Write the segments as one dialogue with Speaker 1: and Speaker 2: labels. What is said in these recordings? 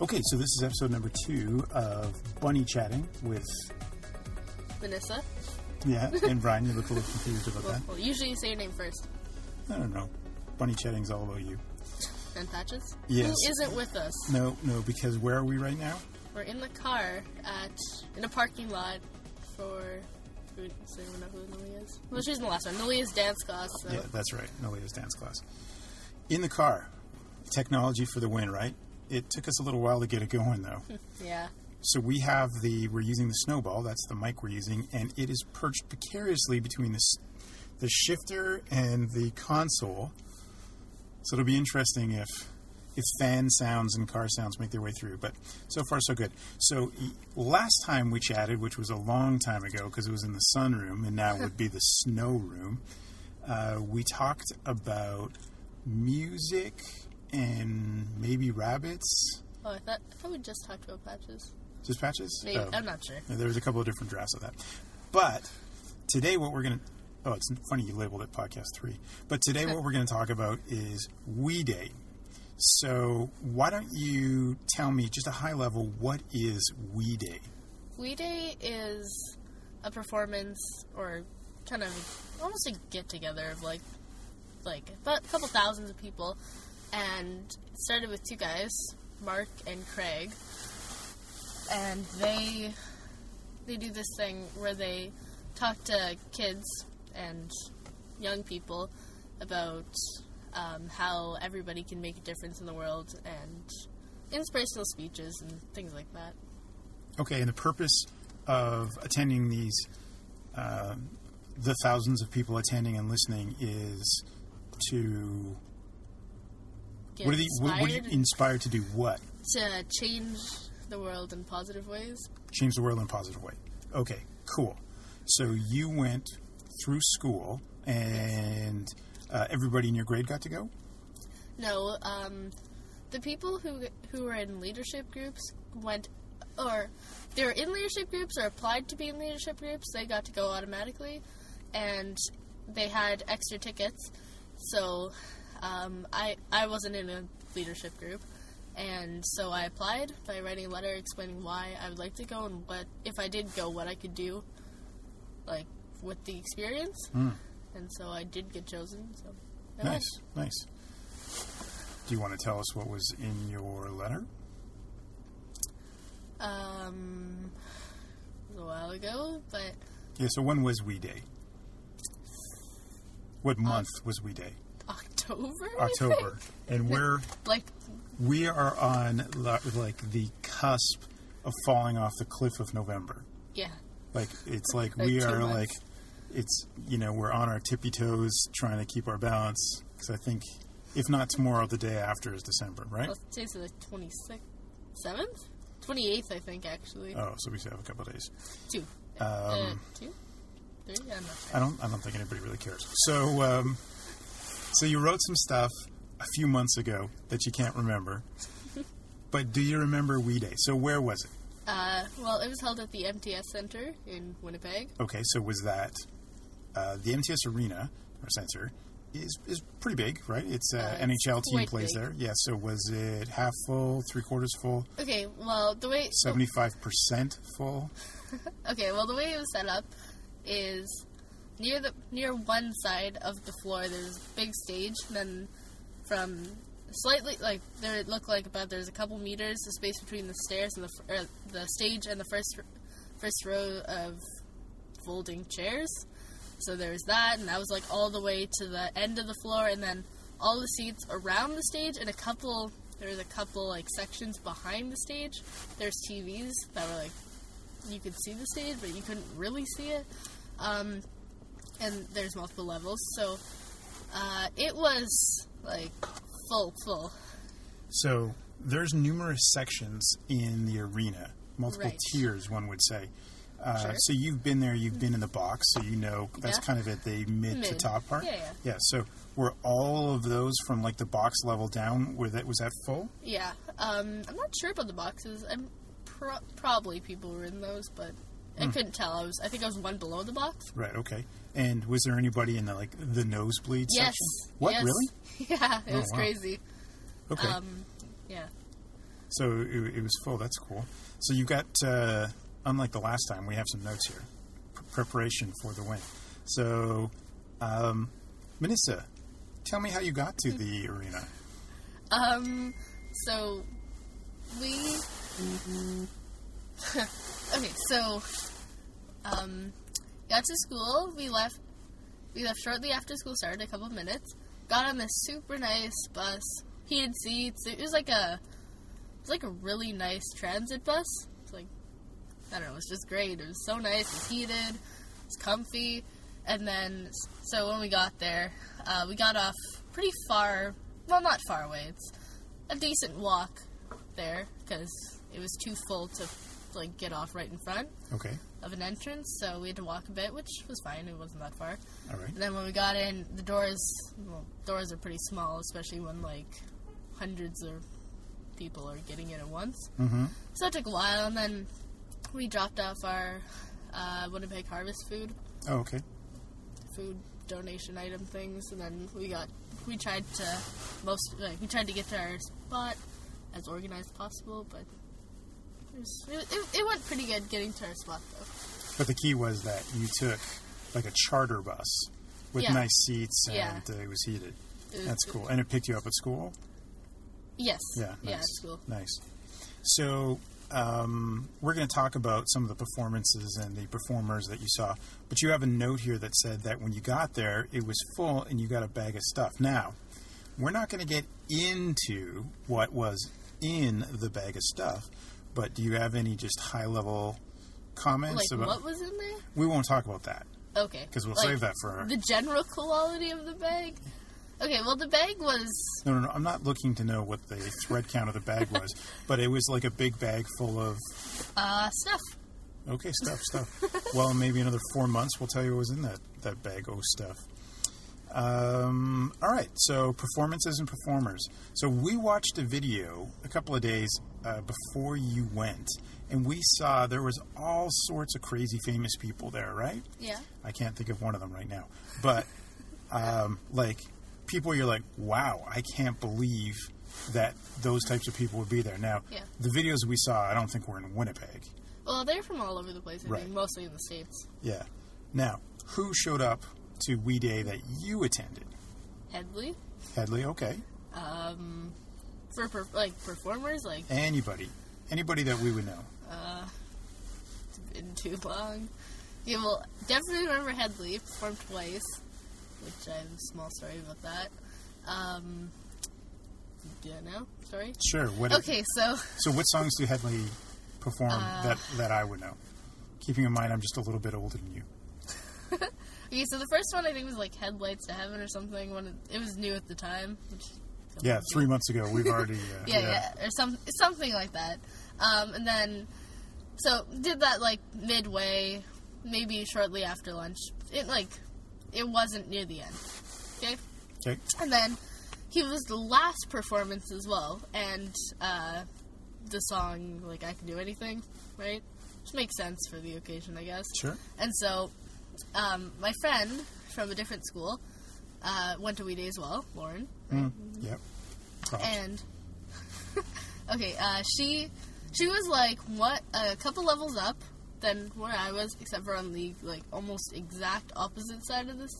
Speaker 1: Okay, so this is episode number two of Bunny Chatting with
Speaker 2: Vanessa.
Speaker 1: yeah and Brian. You look a little confused about
Speaker 2: Well,
Speaker 1: that.
Speaker 2: well, usually you say your name first.
Speaker 1: I don't know. Bunny Chatting's all about you.
Speaker 2: And Patches.
Speaker 1: Yes.
Speaker 2: Who isn't with us?
Speaker 1: No, no, because where are we right now?
Speaker 2: We're in the car at in a parking lot for. Who, does anyone know who Lily is? Well, she's in the last one. Lily is dance class. So.
Speaker 1: Yeah, that's right. Nolia's dance class. In the car. Technology for the win, right? It took us a little while to get it going though.
Speaker 2: Yeah.
Speaker 1: So we have the we're using the snowball. That's the mic we're using, and it is perched precariously between the s- the shifter and the console. So it'll be interesting if if fan sounds and car sounds make their way through. But so far so good. So y- last time we chatted, which was a long time ago because it was in the sunroom, and now would be the snow room. Uh, we talked about music and maybe rabbits.
Speaker 2: Oh, I thought, I thought we just talked about Patches.
Speaker 1: Just patches?
Speaker 2: Maybe,
Speaker 1: Oh.
Speaker 2: I'm not sure.
Speaker 1: Yeah, There was a couple of different drafts of that. But today, what we're going to oh, it's funny you labeled it podcast three. But today, what we're going to talk about is We Day. So why don't you tell me just a high level what is We Day?
Speaker 2: We Day is a performance or kind of almost a get together of like like about a couple thousands of people and it started with two guys, Mark and Craig. And they they do this thing where they talk to kids and young people about um, how everybody can make a difference in the world and inspirational speeches and things like that.
Speaker 1: Okay, and the purpose of attending these, um the thousands of people attending and listening is to
Speaker 2: Get
Speaker 1: what are the what, what are you
Speaker 2: inspired and-
Speaker 1: inspired to do? What
Speaker 2: to change the world in positive ways.
Speaker 1: change the world in a positive way. Okay, cool. So you went through school, and uh, everybody in your grade got to go.
Speaker 2: No, um, the people who who were in leadership groups went, or they were in leadership groups or applied to be in leadership groups. They got to go automatically, and they had extra tickets. So um, I I wasn't in a leadership group. And so I applied by writing a letter explaining why I would like to go and what, if I did go, what I could do, like with the experience. And so I did get chosen. So I went.
Speaker 1: Nice, nice. Do you want to tell us what was in your letter?
Speaker 2: um, it was a while ago, but
Speaker 1: Yeah. So when was We Day? What month was We Day?
Speaker 2: October. I think?
Speaker 1: October. And we're
Speaker 2: Like,
Speaker 1: we are on li- like the cusp of falling off the cliff of November.
Speaker 2: yeah,
Speaker 1: Like it's like
Speaker 2: Like
Speaker 1: we
Speaker 2: two
Speaker 1: are
Speaker 2: months.
Speaker 1: like it's you know we're on our tippy toes trying to keep our balance because I think if not tomorrow the day after is December right
Speaker 2: let's say it's the twenty sixth, seventh, twenty eighth. I think actually
Speaker 1: oh so we still have a couple of days
Speaker 2: two, uh, two, three. I'm not sure.
Speaker 1: I don't I don't think anybody really cares so um, so you wrote some stuff a few months ago that you can't remember but do you remember We Day so where was it
Speaker 2: Uh, well, it was held at the MTS Center in Winnipeg.
Speaker 1: okay so was that uh, the MTS Arena or Center is, is pretty big, right? It's uh,
Speaker 2: Uh, it's
Speaker 1: NHL team
Speaker 2: quite
Speaker 1: plays
Speaker 2: big.
Speaker 1: there. Yeah. So was it half full, three quarters full?
Speaker 2: Okay, well, the way
Speaker 1: seventy-five percent full.
Speaker 2: Okay, well the way it was set up is near the near one side of the floor there's a big stage and then from slightly like there it looked like about there's a couple meters the space between the stairs and the f- er, the stage and the first first row of folding chairs. So there was that and that was like all the way to the end of the floor and then all the seats around the stage and a couple there was a couple like sections behind the stage. There's TVs that were like you could see the stage, but you couldn't really see it. Um, and there's multiple levels, so uh, it was like full, full.
Speaker 1: So there's numerous sections in the arena, multiple
Speaker 2: Right.
Speaker 1: tiers, one would say. Uh,
Speaker 2: Sure.
Speaker 1: So you've been there, you've been in the box, so you know that's
Speaker 2: Yeah.
Speaker 1: kind of at the mid, to
Speaker 2: Mid.
Speaker 1: top part.
Speaker 2: Yeah, yeah.
Speaker 1: So were all of those from like the box level down? Were that was that full?
Speaker 2: Yeah. Um, I'm not sure about the boxes. I'm pro- probably people were in those, but I couldn't tell. I was. I think I was one below the box.
Speaker 1: Right. Okay. And was there anybody in the like the nosebleed
Speaker 2: Yes. Um,
Speaker 1: section? What
Speaker 2: yes.
Speaker 1: really?
Speaker 2: Yeah. It
Speaker 1: Oh,
Speaker 2: was
Speaker 1: wow.
Speaker 2: crazy.
Speaker 1: Okay.
Speaker 2: Um, yeah.
Speaker 1: So it, it was full. That's cool. So you got, uh, unlike the last time, we have some notes here. P- preparation for the win. So, um, Manissa, tell me how you got to the arena.
Speaker 2: Um, so we. okay, so um, got to school. We left. We left shortly after school started, a couple of minutes. Got on this super nice bus, heated seats. It was like a, it was like a really nice transit bus. It's like, I don't know, it's just great. It was so nice. It's heated. It's comfy. And then, so when we got there, uh, we got off pretty far. Well, not far away. It's a decent walk there because it was too full to like get off right in front
Speaker 1: Okay.
Speaker 2: of an entrance, so we had to walk a bit, which was fine. It wasn't that far.
Speaker 1: All right.
Speaker 2: And then when we got in, the doors well, doors are pretty small, especially when like hundreds of people are getting in at once.
Speaker 1: Mm-hmm.
Speaker 2: So it took a while, and then we dropped off our uh, Winnipeg Harvest food
Speaker 1: Oh, okay.
Speaker 2: food donation item things, and then we got we tried to most like we tried to get to our spot as organized as possible, but it, was, it, it, it went pretty good getting to our spot though.
Speaker 1: But the key was that you took like a charter bus with
Speaker 2: Yeah.
Speaker 1: nice seats and
Speaker 2: Yeah.
Speaker 1: uh, it was heated.
Speaker 2: It was-
Speaker 1: That's cool. And it picked you up at school?
Speaker 2: Yes.
Speaker 1: Yeah, nice.
Speaker 2: Yeah, it's cool.
Speaker 1: Nice. So um, we're going to talk about some of the performances and the performers that you saw. But you have a note here that said that when you got there, it was full and you got a bag of stuff. Now, we're not going to get into what was in the bag of stuff, but do you have any just high level comments
Speaker 2: Like
Speaker 1: about?
Speaker 2: what was in there?
Speaker 1: We won't talk about that
Speaker 2: Okay.
Speaker 1: because we'll
Speaker 2: Like,
Speaker 1: save that for.
Speaker 2: The general quality of the bag. Okay. Well, the bag was
Speaker 1: No, no, no. I'm not looking to know what the thread count of the bag was, but it was like a big bag full of
Speaker 2: uh stuff.
Speaker 1: Okay, stuff, stuff. well, maybe another four months, we'll tell you what was in that, that bag of stuff. Um, all right, so performances and performers. So we watched a video a couple of days uh, before you went, and we saw there was all sorts of crazy famous people there, right?
Speaker 2: Yeah.
Speaker 1: I can't think of one of them right now, but um, like people, you're like, wow, I can't believe that those types of people would be there. Now,
Speaker 2: Yeah.
Speaker 1: the videos we saw, I don't think were in Winnipeg.
Speaker 2: Well, they're from all over the place. I
Speaker 1: Right.
Speaker 2: think mostly in the states.
Speaker 1: Yeah. Now, who showed up to We Day that you attended?
Speaker 2: Headley
Speaker 1: Headley, okay.
Speaker 2: for per- like performers like
Speaker 1: Anybody. Anybody that we would know.
Speaker 2: been too long. Yeah, well, definitely remember Headley performed twice, which I have a small story about that. Um, do I know? Sorry.
Speaker 1: Sure. What
Speaker 2: Okay, Uh, so
Speaker 1: So what songs do Headley perform that, that I would know? Keeping in mind I'm just a little bit older than you.
Speaker 2: okay, so the first one I think was like Headlights to Heaven or something. When it, it was new at the time. Which
Speaker 1: Yeah, three months ago. We've already... Uh,
Speaker 2: yeah, yeah, or some something like that. Um, and then, so did that like midway, maybe shortly after lunch. It like, it wasn't near the end. Okay.
Speaker 1: Okay.
Speaker 2: And then he was the last performance as well, and uh, the song like I can do anything, right? Which makes sense for the occasion, I guess.
Speaker 1: Sure.
Speaker 2: And so, um, my friend from a different school uh, went to We Day as well, Lauren,
Speaker 1: Mm, yep. Props.
Speaker 2: and okay, uh, she she was like what a couple levels up than where I was, except for on the like almost exact opposite side of this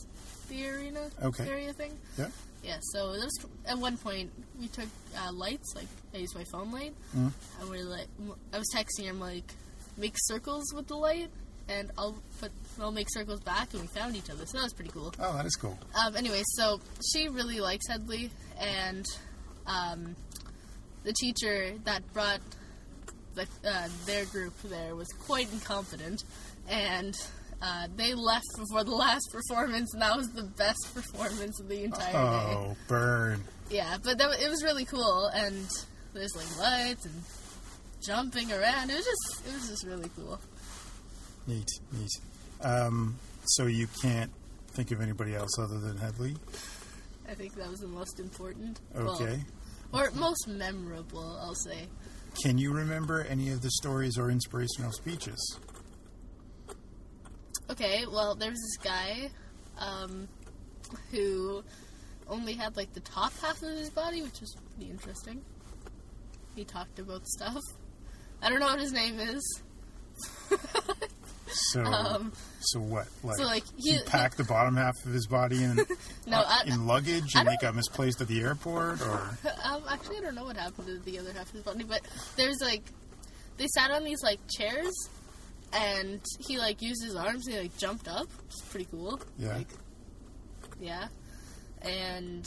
Speaker 2: the arena
Speaker 1: Okay.
Speaker 2: area thing.
Speaker 1: yeah.
Speaker 2: Yeah, so there was, at one point we took uh, lights. Like I used my phone light,
Speaker 1: Mm.
Speaker 2: and we're like, I was texting him like, make circles with the light, and I'll put, I'll make circles back, and we found each other. So that was pretty cool.
Speaker 1: Oh, that is cool.
Speaker 2: Um, anyway, so she really likes Headley, and um, the teacher that brought the, uh, their group there was quite incompetent, and uh, they left before the last performance, and that was the best performance of the entire day.
Speaker 1: Oh, burn.
Speaker 2: Yeah, but that, wa- it was really cool, and there's like lights and jumping around. It was just, it was just really cool.
Speaker 1: Neat, neat. Um, so you can't think of anybody else other than Headley?
Speaker 2: I think that was the most important. well,
Speaker 1: Okay.
Speaker 2: or most memorable, I'll say.
Speaker 1: Can you remember any of the stories or inspirational speeches?
Speaker 2: Okay, well, there was this guy um, who only had like the top half of his body, which was pretty interesting. He talked about stuff. I don't know what his name is.
Speaker 1: So,
Speaker 2: Um,
Speaker 1: so what? Like,
Speaker 2: so, like,
Speaker 1: he,
Speaker 2: he-
Speaker 1: packed the bottom half of his body in,
Speaker 2: No, I-
Speaker 1: in luggage,
Speaker 2: I
Speaker 1: and they
Speaker 2: don't-
Speaker 1: got misplaced at the airport, or
Speaker 2: um, actually, I don't know what happened to the other half of his body, but there's like, they sat on these like chairs, and he like used his arms and he like jumped up. It's pretty cool.
Speaker 1: yeah.
Speaker 2: Like, yeah, and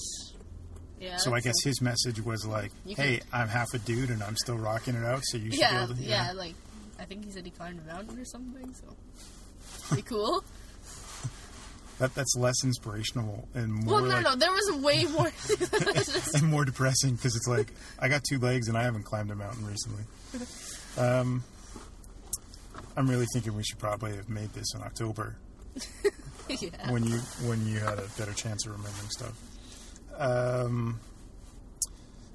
Speaker 2: yeah.
Speaker 1: so I guess his message was like,
Speaker 2: You
Speaker 1: "Hey, I'm half a dude and I'm still rocking it out, so you should
Speaker 2: yeah,
Speaker 1: be able to."
Speaker 2: yeah, like I think he said he climbed a mountain or something. So pretty cool.
Speaker 1: That, that's less inspirational and more
Speaker 2: well, no,
Speaker 1: like,
Speaker 2: no, there was way more.
Speaker 1: and more depressing because it's like I got two legs and I haven't climbed a mountain recently. Um, I'm really thinking we should probably have made this in October
Speaker 2: yeah.
Speaker 1: when you when you had a better chance of remembering stuff. Um,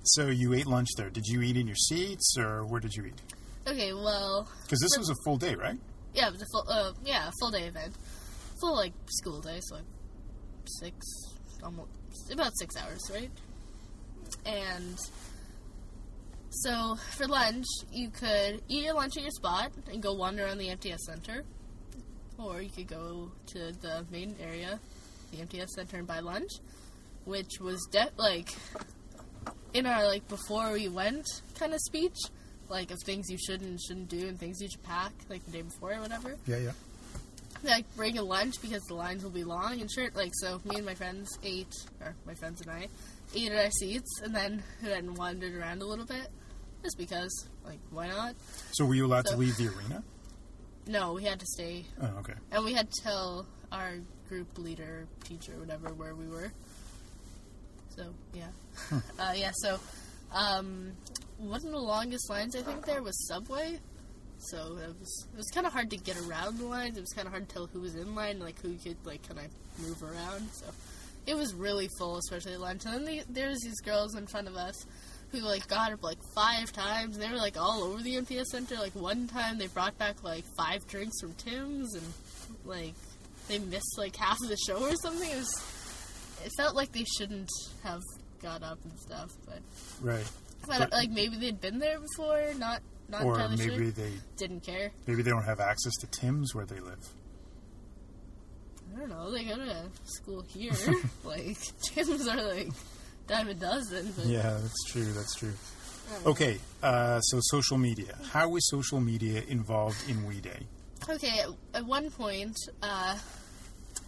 Speaker 1: so you ate lunch there. Did you eat in your seats or where did you eat?
Speaker 2: Okay, well,
Speaker 1: Because this was a full day, right?
Speaker 2: yeah, it was a full, uh, yeah, a full day event, full like school day, so like six, almost about six hours, right? And so for lunch, you could eat your lunch at your spot and go wander around the MTS Center, or you could go to the main area, the MTS Center, and buy lunch, which was de- like in our like before we went kind of speech, like of things you should and shouldn't do and things you should pack like the day before or whatever
Speaker 1: Yeah, yeah.
Speaker 2: like bring a lunch because the lines will be long and shit. Like so, me and my friends ate, or my friends and I ate at our seats, and then then wandered around a little bit, just because. Like why not?
Speaker 1: So were you allowed to
Speaker 2: So-
Speaker 1: leave the arena?
Speaker 2: No, we had to stay,
Speaker 1: Oh, okay.
Speaker 2: and we had to tell our group leader, teacher, whatever, where we were. So yeah, uh, yeah. So um, one of the longest lines I think there was Subway. So it was it was kind of hard to get around the lines. It was kind of hard to tell who was in line, like who you could like kind of move around. So it was really full, especially at lunch. And then the, there was these girls in front of us who like got up like five times. And they were like all over the MPS center. Like one time they brought back like five drinks from Tim's, and like they missed like half of the show or something. It was it felt like they shouldn't have got up and stuff, but
Speaker 1: Right.
Speaker 2: but,
Speaker 1: But-
Speaker 2: like maybe they'd been there before, not not
Speaker 1: Or
Speaker 2: entirely
Speaker 1: maybe
Speaker 2: sure.
Speaker 1: they
Speaker 2: Didn't care.
Speaker 1: maybe they don't have access to Tim's where they live.
Speaker 2: I don't know. They go to school here. like gyms are like dime a dozen. But
Speaker 1: Yeah, that's true. That's true. Okay, uh, so social media. How is social media involved in We Day?
Speaker 2: Okay. At, at one point, uh,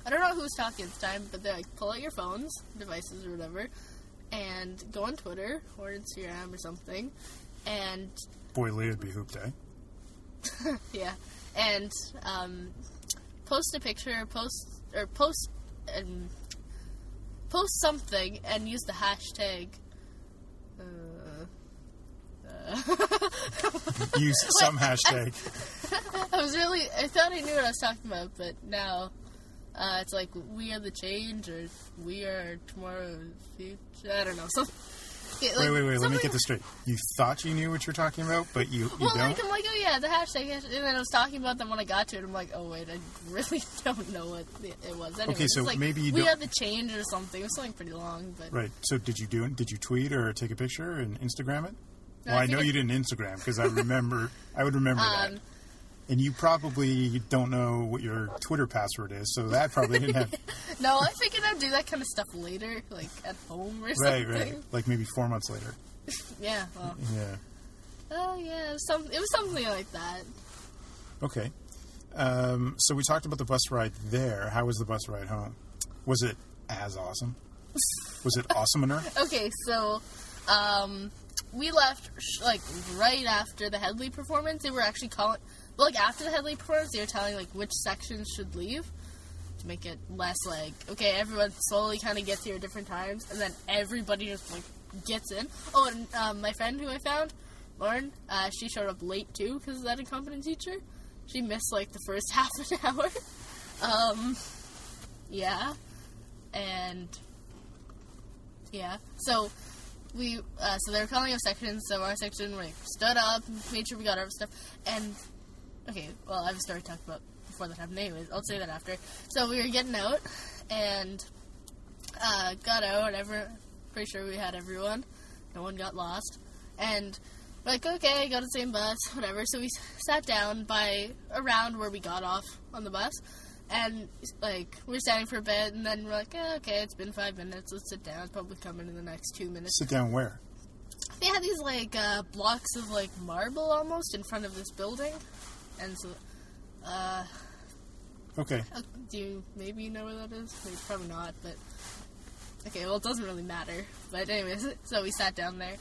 Speaker 2: I don't know who's talking this time, but they like pull out your phones, devices, or whatever, and go on Twitter or Instagram or something, and
Speaker 1: Boy, it'd be Hoop Day.
Speaker 2: yeah, and um, post a picture, post or post and post something, and use the hashtag. Uh,
Speaker 1: Use some hashtag.
Speaker 2: I was really, I thought I knew what I was talking about, but now uh, it's like we are the change, or we are tomorrow's future. I don't know. Some, yeah, like,
Speaker 1: Wait, wait, wait. Let me
Speaker 2: something-
Speaker 1: get this straight. You thought you knew what you're talking about, but you, you
Speaker 2: Well,
Speaker 1: don't.
Speaker 2: like I'm like, oh yeah, the hashtag, hashtag, and then I was talking about them when I got to it. I'm like, oh wait, I really don't know what it it was. Anyway,
Speaker 1: so
Speaker 2: it's like,
Speaker 1: maybe you
Speaker 2: we
Speaker 1: don't-
Speaker 2: had the change or something. It was something pretty long, but
Speaker 1: Right. So did you do it? Did you tweet or take a picture and Instagram it?
Speaker 2: No,
Speaker 1: well,
Speaker 2: I
Speaker 1: I know
Speaker 2: think
Speaker 1: you didn't Instagram because I remember. I would remember that.
Speaker 2: um,
Speaker 1: And you probably don't know what your Twitter password is, so that probably didn't have.
Speaker 2: no, I figured I'd do that kind of stuff later, like at home or
Speaker 1: right,
Speaker 2: something.
Speaker 1: right. Like maybe four months later.
Speaker 2: Yeah. Well,
Speaker 1: Yeah.
Speaker 2: oh yeah, it was, some, it was something like that.
Speaker 1: Okay. Um, so we talked about the bus ride there. How was the bus ride home? Was it as awesome? Was it awesomer?
Speaker 2: Okay, so um, we left sh- like right after the Headley performance. They were actually calling, well, like after the Headley performance, they were telling like which sections should leave to make it less like okay, everyone slowly kind of gets here at different times, and then everybody just like gets in. Oh, and um, my friend who I found, Lauren, uh, she showed up late too because of that incompetent teacher. She missed like the first half an hour. Um, yeah, and yeah. So we uh, so they were calling up sections. So our section like stood up, made sure we got our stuff, and okay. Well, I have a story to talk about before that happened. Anyways, I'll say that after. So we were getting out and uh, got out. Ever pretty sure we had everyone. No one got lost, and We're like, okay, go to the same bus, whatever. So we s- sat down by around where we got off on the bus, and like we we're standing for a bit, and then we're like, eh, okay, it's been five minutes. Let's sit down. It's probably coming in the next two minutes.
Speaker 1: Sit down where?
Speaker 2: They had these like uh, blocks of like marble almost in front of this building, and so. Uh,
Speaker 1: Okay.
Speaker 2: uh, Do you, maybe you know where that is? Maybe, probably not, but okay. Well, it doesn't really matter. But anyways, so we sat down there,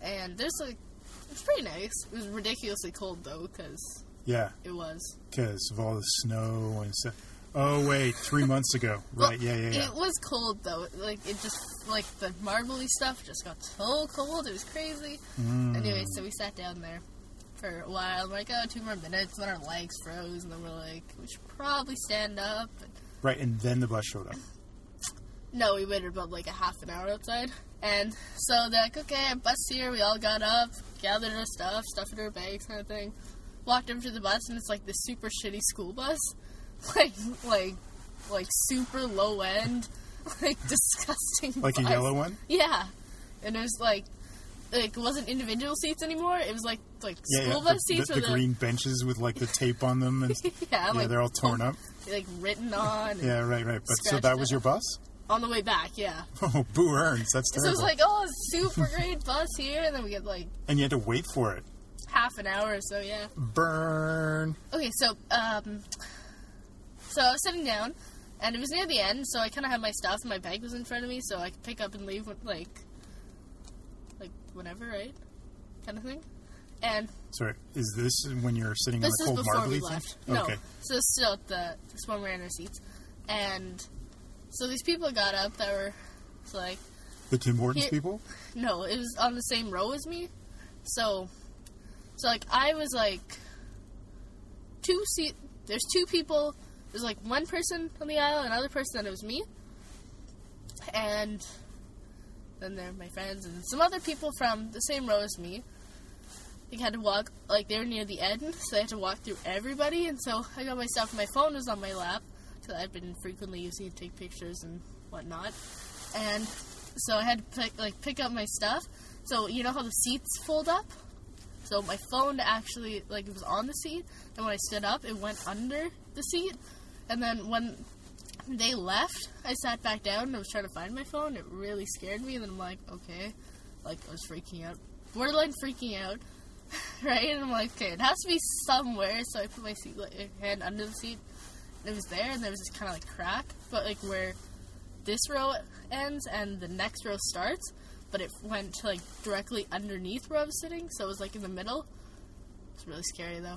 Speaker 2: and there's like it's pretty nice. It was ridiculously cold though, because
Speaker 1: Yeah,
Speaker 2: it was.
Speaker 1: because of all the snow and stuff. Oh wait, three months ago, right?
Speaker 2: Well,
Speaker 1: yeah, yeah, yeah.
Speaker 2: It was cold though. Like it just like the marbly stuff just got so cold. It was crazy.
Speaker 1: Mm.
Speaker 2: Anyway, so we sat down there for a while. We're like, oh, two more minutes. Then our legs froze, and then we're like, we should probably stand up.
Speaker 1: Right, and then the bus showed up.
Speaker 2: No, we waited about like a half an hour outside. And so they're like, okay, bus here. We all got up, gathered our stuff, stuffed in our bags, kind of thing. Walked over to the bus, and it's like this super shitty school bus, like like like super low end, like disgusting.
Speaker 1: Like a
Speaker 2: bus.
Speaker 1: yellow one?
Speaker 2: Yeah, and it was like like it wasn't individual seats anymore. It was like like
Speaker 1: Yeah,
Speaker 2: school
Speaker 1: yeah.
Speaker 2: bus
Speaker 1: The,
Speaker 2: seats
Speaker 1: the, the
Speaker 2: with a-
Speaker 1: green benches with like the tape on them and
Speaker 2: yeah,
Speaker 1: yeah,
Speaker 2: like
Speaker 1: they're all torn up.
Speaker 2: like written on. and-
Speaker 1: Yeah, right, right. But so
Speaker 2: Scratched
Speaker 1: that was
Speaker 2: up.
Speaker 1: your bus?
Speaker 2: On the way back, yeah.
Speaker 1: Oh, boo earns. That's
Speaker 2: So it
Speaker 1: terrible.
Speaker 2: was like, oh, super great bus here, and then we get like
Speaker 1: and you had to wait for it.
Speaker 2: half an hour or so, yeah.
Speaker 1: Burn.
Speaker 2: Okay, so um, so I was sitting down, and it was near the end, so I kind of had my stuff, and my bag was in front of me, so I could pick up and leave when, like, like whenever, right, kind of thing. And
Speaker 1: Sorry, is this when you're sitting
Speaker 2: this
Speaker 1: on a
Speaker 2: is
Speaker 1: cold
Speaker 2: before
Speaker 1: marbly
Speaker 2: we
Speaker 1: thing?
Speaker 2: left. No,
Speaker 1: Okay.
Speaker 2: so this is still at the this one we're in our seats, and so these people got up that were it's like
Speaker 1: The Tim Hortons
Speaker 2: Here-
Speaker 1: people?
Speaker 2: No, it was on the same row as me. So, so like I was like two seat. There's two people. There's like one person on the aisle, another person, and it was me. And then there were my friends and some other people from the same row as me. They had to walk like they were near the end, so they had to walk through everybody. And so I got myself. My phone was on my lap because I've been frequently using it to take pictures and whatnot and so I had to pick, like pick up my stuff. So you know how the seats fold up? So my phone actually like it was on the seat, and when I stood up, it went under the seat. And then when they left, I sat back down and I was trying to find my phone. It really scared me, and then I'm like, okay, like I was freaking out, borderline freaking out, right? And I'm like, okay, it has to be somewhere. So I put my seat like, hand under the seat. It was there, and there was this kind of like crack, but like where this row ends and the next row starts, but it went to like directly underneath where I was sitting, so it was like in the middle. It's really scary though.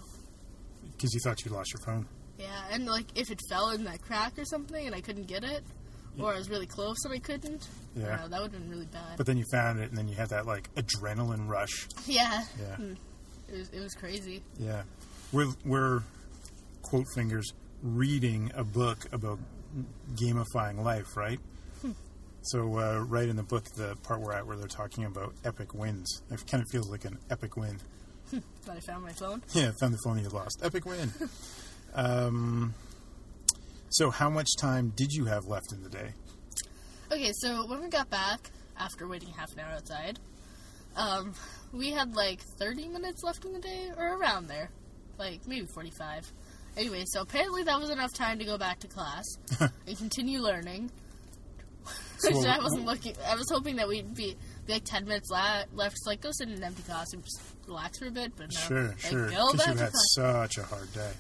Speaker 1: Because you thought you lost your phone.
Speaker 2: Yeah, and like if it fell in that crack or something and I couldn't get it, or I was really close and I couldn't,
Speaker 1: Yeah.
Speaker 2: no, that would have been really bad.
Speaker 1: But then you found it, and then you had that like adrenaline rush.
Speaker 2: yeah,
Speaker 1: Yeah.
Speaker 2: Mm. it was it was crazy.
Speaker 1: Yeah, we're we're quote fingers reading a book about gamifying life, right?
Speaker 2: Hmm.
Speaker 1: So uh, right in the book, the part we're at where they're talking about epic wins, it kind of feels like an epic win.
Speaker 2: But I found my phone.
Speaker 1: Yeah, found the phone you lost. Epic win. um, so how much time did you have left in the day?
Speaker 2: Okay, so when we got back after waiting half an hour outside, um, we had like 30 minutes left in the day or around there, like maybe 45. Anyway, so apparently that was enough time to go back to class and continue learning. Which
Speaker 1: So-
Speaker 2: I wasn't looking. I was hoping that we'd be, be like 10 minutes la- left, so like go sit in an empty class and just relax for a bit. But no,
Speaker 1: Sure,
Speaker 2: like,
Speaker 1: sure.
Speaker 2: Go
Speaker 1: Because
Speaker 2: back
Speaker 1: you
Speaker 2: to
Speaker 1: had
Speaker 2: class.
Speaker 1: such a hard day.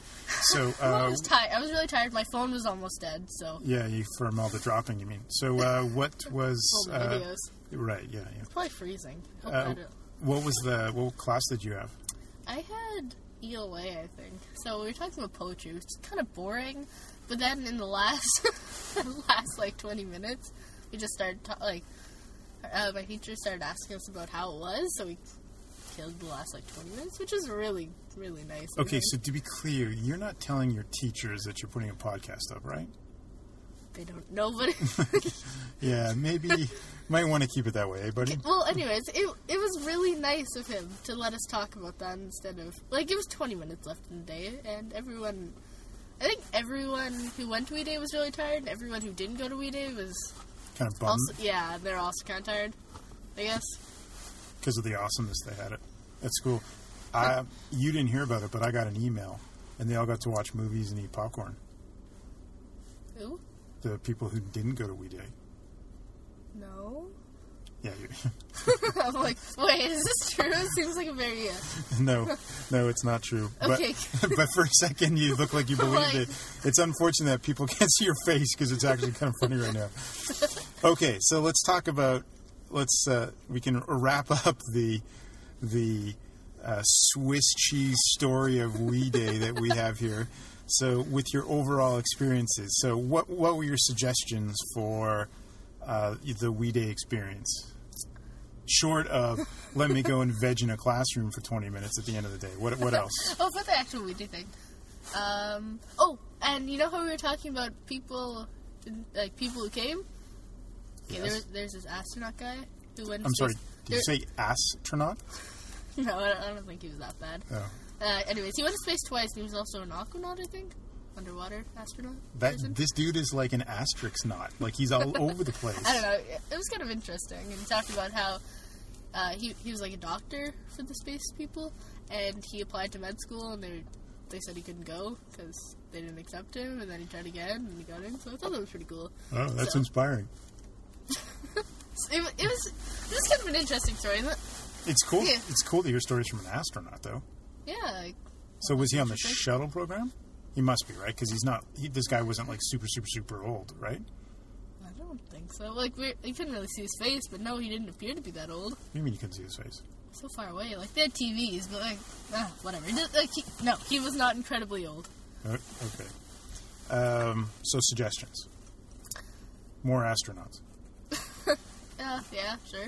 Speaker 1: So
Speaker 2: Well, I
Speaker 1: uh,
Speaker 2: was tired. I was really tired. My phone was almost dead, so
Speaker 1: yeah, you from all the dropping, you mean? So uh, what was
Speaker 2: all the
Speaker 1: uh,
Speaker 2: videos.
Speaker 1: right? Yeah, yeah.
Speaker 2: Probably freezing. Hope
Speaker 1: Uh,
Speaker 2: that it-
Speaker 1: what was the what class did you have?
Speaker 2: I had ELA, I think. So we were talking about poetry, which is kind of boring. But then in the last, last like twenty minutes, we just started ta- like uh, my teacher started asking us about how it was. So we killed the last like twenty minutes, which is really really nice. We
Speaker 1: Okay,
Speaker 2: learned-
Speaker 1: so to be clear, you're not telling your teachers that you're putting a podcast up, right?
Speaker 2: they don't nobody.
Speaker 1: Yeah, maybe might want to keep it that way, eh, buddy.
Speaker 2: well, anyways, it it was really nice of him to let us talk about that instead of like it was twenty minutes left in the day, and everyone. I think everyone who went to We Day was really tired, and everyone who didn't go to We Day was
Speaker 1: Kind of bummed
Speaker 2: Also, yeah, they're also kind of tired. I guess.
Speaker 1: because of the awesomeness they had it. That's cool. I, you didn't hear about it, but I got an email, and they all got to watch movies and eat popcorn.
Speaker 2: Ooh,
Speaker 1: The people who didn't go to We Day.
Speaker 2: no.
Speaker 1: Yeah, you,
Speaker 2: I'm like, wait, is this true? It seems like a very. Uh,
Speaker 1: no, no, it's not true.
Speaker 2: Okay.
Speaker 1: But, but for a second, you look like you believed
Speaker 2: Right.
Speaker 1: it. It's unfortunate that people can't see your face because it's actually kind of funny right now. Okay, so let's talk about. Let's uh, we can wrap up the the uh, Swiss cheese story of We Day that we have here. So, with your overall experiences, so what what were your suggestions for uh, the We Day experience? Short of let me go and veg in a classroom for twenty minutes at the end of the day. What what else?
Speaker 2: oh, for the actual Ouija thing. Um. Oh, and you know how we were talking about people, like people who came. Okay, there
Speaker 1: Yes.
Speaker 2: was, there's this astronaut guy who went. to
Speaker 1: I'm sorry.
Speaker 2: space.
Speaker 1: Did you
Speaker 2: There-
Speaker 1: say astronaut?
Speaker 2: No, I don't, I don't think he was that bad.
Speaker 1: Oh,
Speaker 2: Uh, anyways, he went to space twice. and He was also an aquanaut, I think, underwater astronaut.
Speaker 1: that
Speaker 2: person.
Speaker 1: this dude is like an asterisk knot. Like he's all over the place.
Speaker 2: I don't know. It, it was kind of interesting, and he talked about how uh, he he was like a doctor for the space people, and he applied to med school, and they they said he couldn't go because they didn't accept him, and then he tried again, and he got in. So I thought that was pretty cool.
Speaker 1: Oh, that's
Speaker 2: So-
Speaker 1: inspiring.
Speaker 2: So it, wa- it was this is kind of an interesting story, isn't it?
Speaker 1: It's cool.
Speaker 2: Yeah.
Speaker 1: It's cool to hear stories from an astronaut, though.
Speaker 2: Yeah. Like,
Speaker 1: So was he on the
Speaker 2: Interesting.
Speaker 1: shuttle program? He must be right because he's not. He, this guy wasn't like super, super, super old, right?
Speaker 2: I don't think so. Like we you couldn't really see his face, but no, he didn't appear to be that old.
Speaker 1: What do you mean you couldn't see his face?
Speaker 2: So far away. Like they had TVs, but like ah, whatever. It did- like, he, no, he was not incredibly old.
Speaker 1: Oh, Okay. Um, so suggestions. More astronauts.
Speaker 2: Uh, yeah, sure.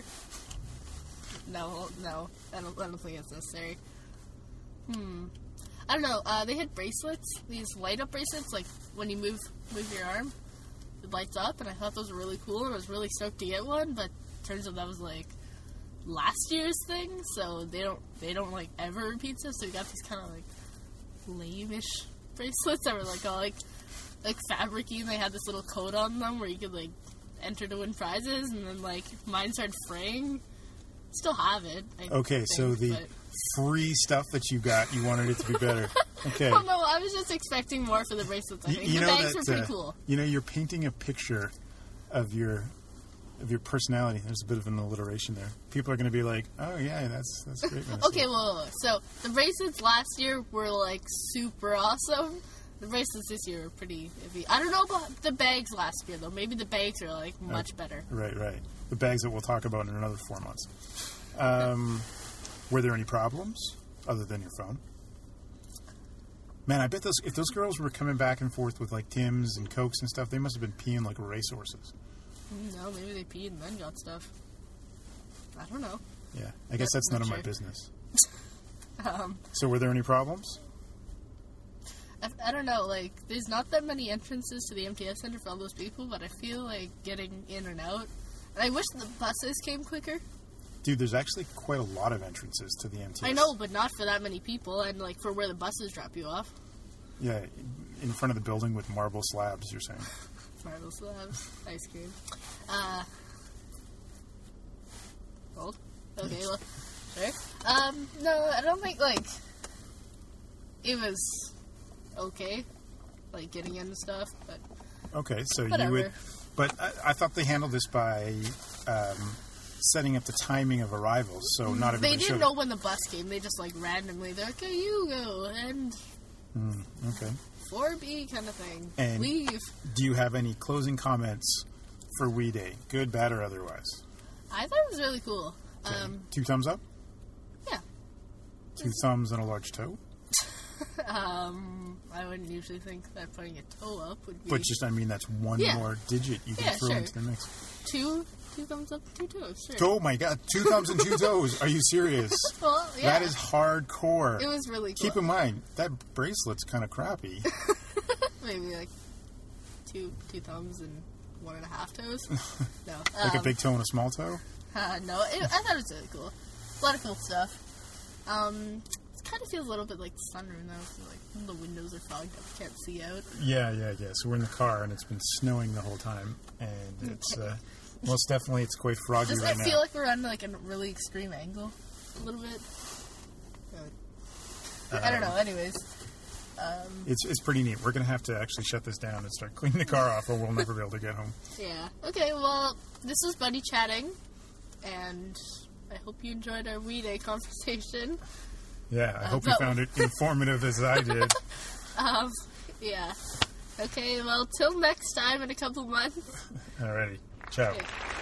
Speaker 2: No, no, I don't, I don't think it's necessary. Hmm. I don't know. Uh, they had bracelets, these light up bracelets, like when you move move your arm, it lights up, and I thought those were really cool, and I was really stoked to get one. But turns out that was like last year's thing, so they don't they don't like ever repeat stuff. So we got these kind of like lameish bracelets that were like all like like fabricy, and they had this little code on them where you could like enter to win prizes, and then like mine started fraying. Still have it. I
Speaker 1: Okay, so
Speaker 2: think,
Speaker 1: the
Speaker 2: but-
Speaker 1: free stuff that you got, you wanted it to be better. Okay.
Speaker 2: Oh no, I was just expecting more for the bracelets. I
Speaker 1: You,
Speaker 2: think
Speaker 1: you
Speaker 2: the
Speaker 1: know
Speaker 2: bags were
Speaker 1: that.
Speaker 2: pretty
Speaker 1: uh,
Speaker 2: cool.
Speaker 1: You know, you're painting a picture of your of your personality. There's a bit of an alliteration there. People are going to be like, "Oh yeah, that's that's great." Vanessa."
Speaker 2: Okay, well, so the bracelets last year were like super awesome. The bracelets this year are pretty iffy. I don't know about the bags last year though. Maybe the bags are like much better.
Speaker 1: Right, right. The bags that we'll talk about in another four months. Um, were there any problems other than your phone? Man, I bet those if those girls were coming back and forth with like Tims and Cokes and stuff, they must have been peeing like racehorses.
Speaker 2: No, maybe they peed and then got stuff. I don't know.
Speaker 1: Yeah, I guess that's none
Speaker 2: Not
Speaker 1: of my
Speaker 2: sure.
Speaker 1: business.
Speaker 2: Um,
Speaker 1: So, were there any problems?
Speaker 2: I, I don't know. Like, there's not that many entrances to the MTS Center for all those people, but I feel like getting in and out. And I wish the buses came quicker.
Speaker 1: Dude, there's actually quite a lot of entrances to the MTS.
Speaker 2: I know, but not for that many people, and like for where the buses drop you off.
Speaker 1: Yeah, in front of the building with marble slabs. You're saying.
Speaker 2: Marvel slabs, ice cream. Uh, gold. Okay, well, sure. Um, no, I don't think like it was okay, like getting into stuff, but
Speaker 1: Okay, so you
Speaker 2: Whatever.
Speaker 1: would, but I, I thought they handled this by um, setting up the timing of arrivals, so not
Speaker 2: they
Speaker 1: everybody
Speaker 2: didn't
Speaker 1: showed.
Speaker 2: know when the bus came. They just like randomly, they're like, "Okay, you go," and
Speaker 1: Okay.
Speaker 2: 4B kind of thing.
Speaker 1: And-
Speaker 2: Leave.
Speaker 1: Do you have any closing comments for We Day, good, bad, or otherwise?
Speaker 2: I thought it was really cool.
Speaker 1: Okay.
Speaker 2: Um,
Speaker 1: two thumbs up,
Speaker 2: yeah.
Speaker 1: two thumbs, and a large toe.
Speaker 2: Um, I wouldn't usually think that putting a toe up would be
Speaker 1: But just, I mean, that's one
Speaker 2: Yeah.
Speaker 1: more digit you can
Speaker 2: Yeah,
Speaker 1: throw
Speaker 2: sure.
Speaker 1: into the mix.
Speaker 2: two, two thumbs up, two toes. Sure.
Speaker 1: Oh my God, two thumbs and two toes. Are you serious?
Speaker 2: Well, yeah.
Speaker 1: That is hardcore.
Speaker 2: It was really cool.
Speaker 1: Keep in mind that bracelet's kind of crappy.
Speaker 2: Maybe like two two thumbs and one and a half toes. no, um,
Speaker 1: like a big toe and a small toe.
Speaker 2: uh, no. It, I thought it was really cool. A lot of cool stuff. Um, it kind of feels a little bit like the sunroom though. 'cause, Like the windows are fogged up, can't see out.
Speaker 1: Yeah, yeah, yeah. So we're in the car, and it's been snowing the whole time, and it's uh, most definitely it's quite froggy
Speaker 2: Doesn't
Speaker 1: right
Speaker 2: it
Speaker 1: now.
Speaker 2: feel like we're on like a really extreme angle? A little bit. I don't know. Anyways,
Speaker 1: It's, it's pretty neat. We're going to have to actually shut this down and start cleaning the car off, or we'll never be able to get home.
Speaker 2: yeah. Okay, well, this was Buddy chatting, and I hope you enjoyed our We Day conversation.
Speaker 1: Yeah, I hope you
Speaker 2: but-
Speaker 1: found it informative as I did.
Speaker 2: Um, yeah. Okay, well, till next time in a couple months.
Speaker 1: Alrighty, ciao.
Speaker 2: Okay.